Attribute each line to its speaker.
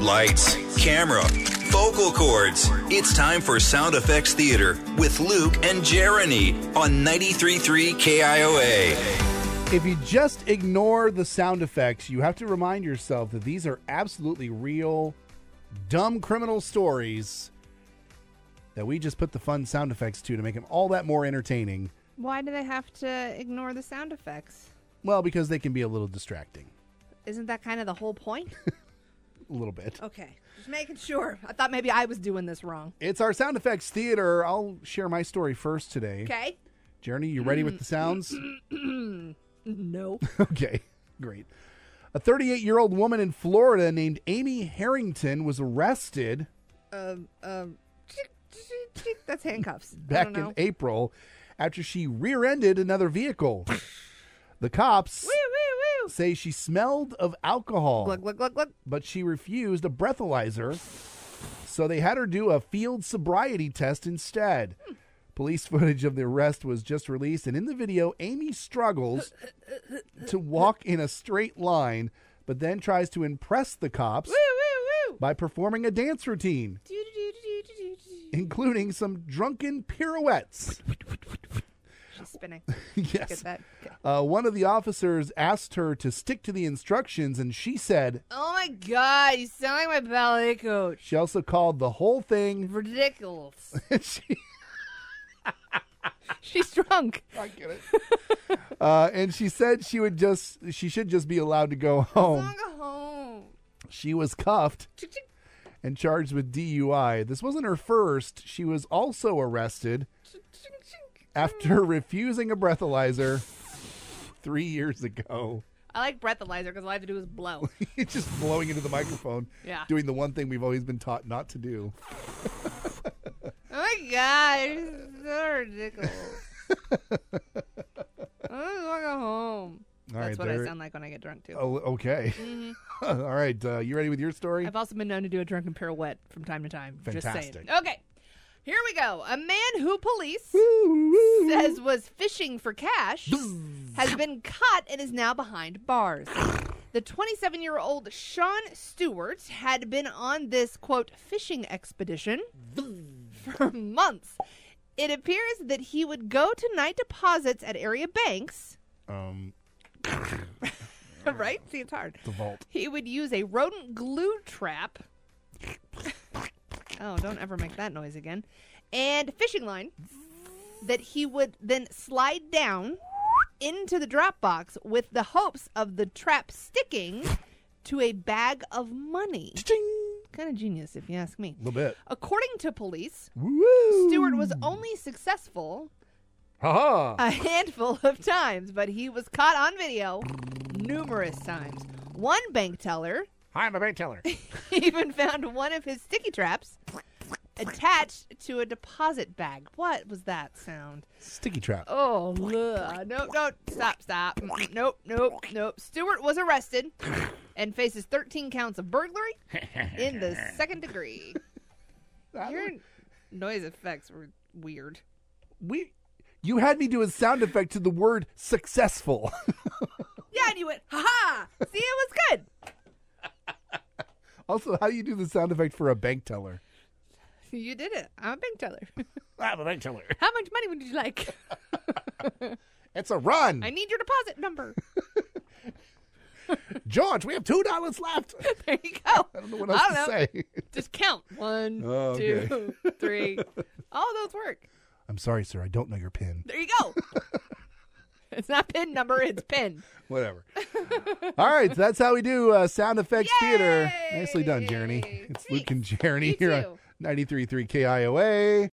Speaker 1: Lights, camera, vocal cords. It's time for Sound Effects Theater with Luke and Jeremy on 93.3 KIOA.
Speaker 2: If you just ignore the sound effects, you have to remind yourself that these are absolutely real, dumb criminal stories that we just put the fun sound effects to to make them all that more entertaining.
Speaker 3: Why do they have to ignore the sound effects?
Speaker 2: Well, because they can be a little distracting,
Speaker 3: Isn't that kind of the whole point?
Speaker 2: a little bit.
Speaker 3: okay. Just making sure. I thought maybe I was doing this wrong.
Speaker 2: It's our sound effects theater. I'll share my story first today.
Speaker 3: Okay.
Speaker 2: Journey, you ready with the sounds?
Speaker 3: No.
Speaker 2: Okay, great. A 38 year old woman in Florida named Amy Harrington was arrested
Speaker 3: um, um, chick, chick, chick. that's handcuffs. I
Speaker 2: back
Speaker 3: don't know.
Speaker 2: in April after she rear ended another vehicle. the cops
Speaker 3: Woo, woo, woo.
Speaker 2: say she smelled of alcohol,
Speaker 3: Glug, glug, glug, glug.
Speaker 2: but she refused a breathalyzer, so they had her do a field sobriety test instead.
Speaker 3: Hmm.
Speaker 2: Police footage of the arrest was just released, and in the video, Amy struggles to walk in a straight line, but then tries to impress the cops
Speaker 3: Woo, woo, woo.
Speaker 2: by performing a dance routine,
Speaker 3: Do, do, do, do, do, do, do, do.
Speaker 2: including some drunken pirouettes.
Speaker 3: She's spinning. Get
Speaker 2: yes.
Speaker 3: that. Okay.
Speaker 2: Uh, one of the officers asked her to stick to the instructions, and she said
Speaker 3: Oh my god, you sound like my ballet coach.
Speaker 2: she also called the whole thing.
Speaker 3: Ridiculous.
Speaker 2: she,
Speaker 3: She's drunk.
Speaker 2: I get it. uh, and she said she would just she should just be allowed to go home.
Speaker 3: I'm gonna go home.
Speaker 2: She was cuffed
Speaker 3: Chick, chick,
Speaker 2: and charged with DUI. This wasn't her first. She was also arrested
Speaker 3: chick, chick, chick.
Speaker 2: after refusing a breathalyzer three years ago.
Speaker 3: I like breathalyzer because all I have to do is blow.
Speaker 2: just blowing into the microphone,
Speaker 3: Yeah.
Speaker 2: doing the one thing we've always been taught not to do.
Speaker 3: Oh my god, it's so ridiculous. I just want to go
Speaker 2: All
Speaker 3: home. That's
Speaker 2: right,
Speaker 3: what
Speaker 2: there-
Speaker 3: I sound like when I get drunk too.
Speaker 2: Oh, okay. All right. Uh, you ready with your story?
Speaker 3: Mm-hmm. I've also been known to do a drunken pirouette from time to time. Just
Speaker 2: Fantastic.
Speaker 3: saying. Okay, here we go. A man who police says was fishing for cash has been caught and is now behind bars. The 27 year old Sean Stewart had been on this, quote, fishing expedition for months. It appears that he would go to night deposits at area banks,
Speaker 2: Um,
Speaker 3: right? See, it's hard.
Speaker 2: the vault.
Speaker 3: He would use a rodent glue trap. oh, don't ever make that noise again. And fishing line that he would then slide down into the drop box with the hopes of the trap sticking to a bag of money. Kind of genius, if you ask me.
Speaker 2: A little bit.
Speaker 3: According to police,
Speaker 2: Woo!
Speaker 3: Stewart was only successful
Speaker 2: Ha ha.
Speaker 3: a handful of times, but he was caught on video numerous times. One bank teller
Speaker 2: Hi, I'm a bank teller.
Speaker 3: He even found one of his sticky traps attached to a deposit bag. What was that sound?
Speaker 2: Sticky trap.
Speaker 3: Oh, ugh. no, no, stop, stop. Mm, Nope, nope, nope. Stewart was arrested and faces 13 counts of burglary in the second degree.
Speaker 2: I
Speaker 3: Your
Speaker 2: don't-
Speaker 3: noise effects were weird.
Speaker 2: we, you had me do a sound effect to the word successful.
Speaker 3: Yeah, and you went, ha ha! See, it was good.
Speaker 2: also, how do you do the sound effect for a bank teller?
Speaker 3: You did it. I'm a bank teller.
Speaker 2: I'm a bank teller.
Speaker 3: How much money would you like?
Speaker 2: It's a run,
Speaker 3: I need your deposit number.
Speaker 2: George. We have two dollars left.
Speaker 3: There you go.
Speaker 2: I don't know what else to
Speaker 3: know.
Speaker 2: say.
Speaker 3: Just count. one, two, three.
Speaker 2: Oh, okay.
Speaker 3: All those work.
Speaker 2: I'm sorry, sir. I don't know your pin.
Speaker 3: There you go. it's not pin number, it's pin.
Speaker 2: Whatever. All right, so that's how we do uh, sound effects theater. Nicely done, Jeremy.
Speaker 3: Yay!
Speaker 2: It's Luke and Jeremy
Speaker 3: You
Speaker 2: here
Speaker 3: too.
Speaker 2: on 93.3 KIOA.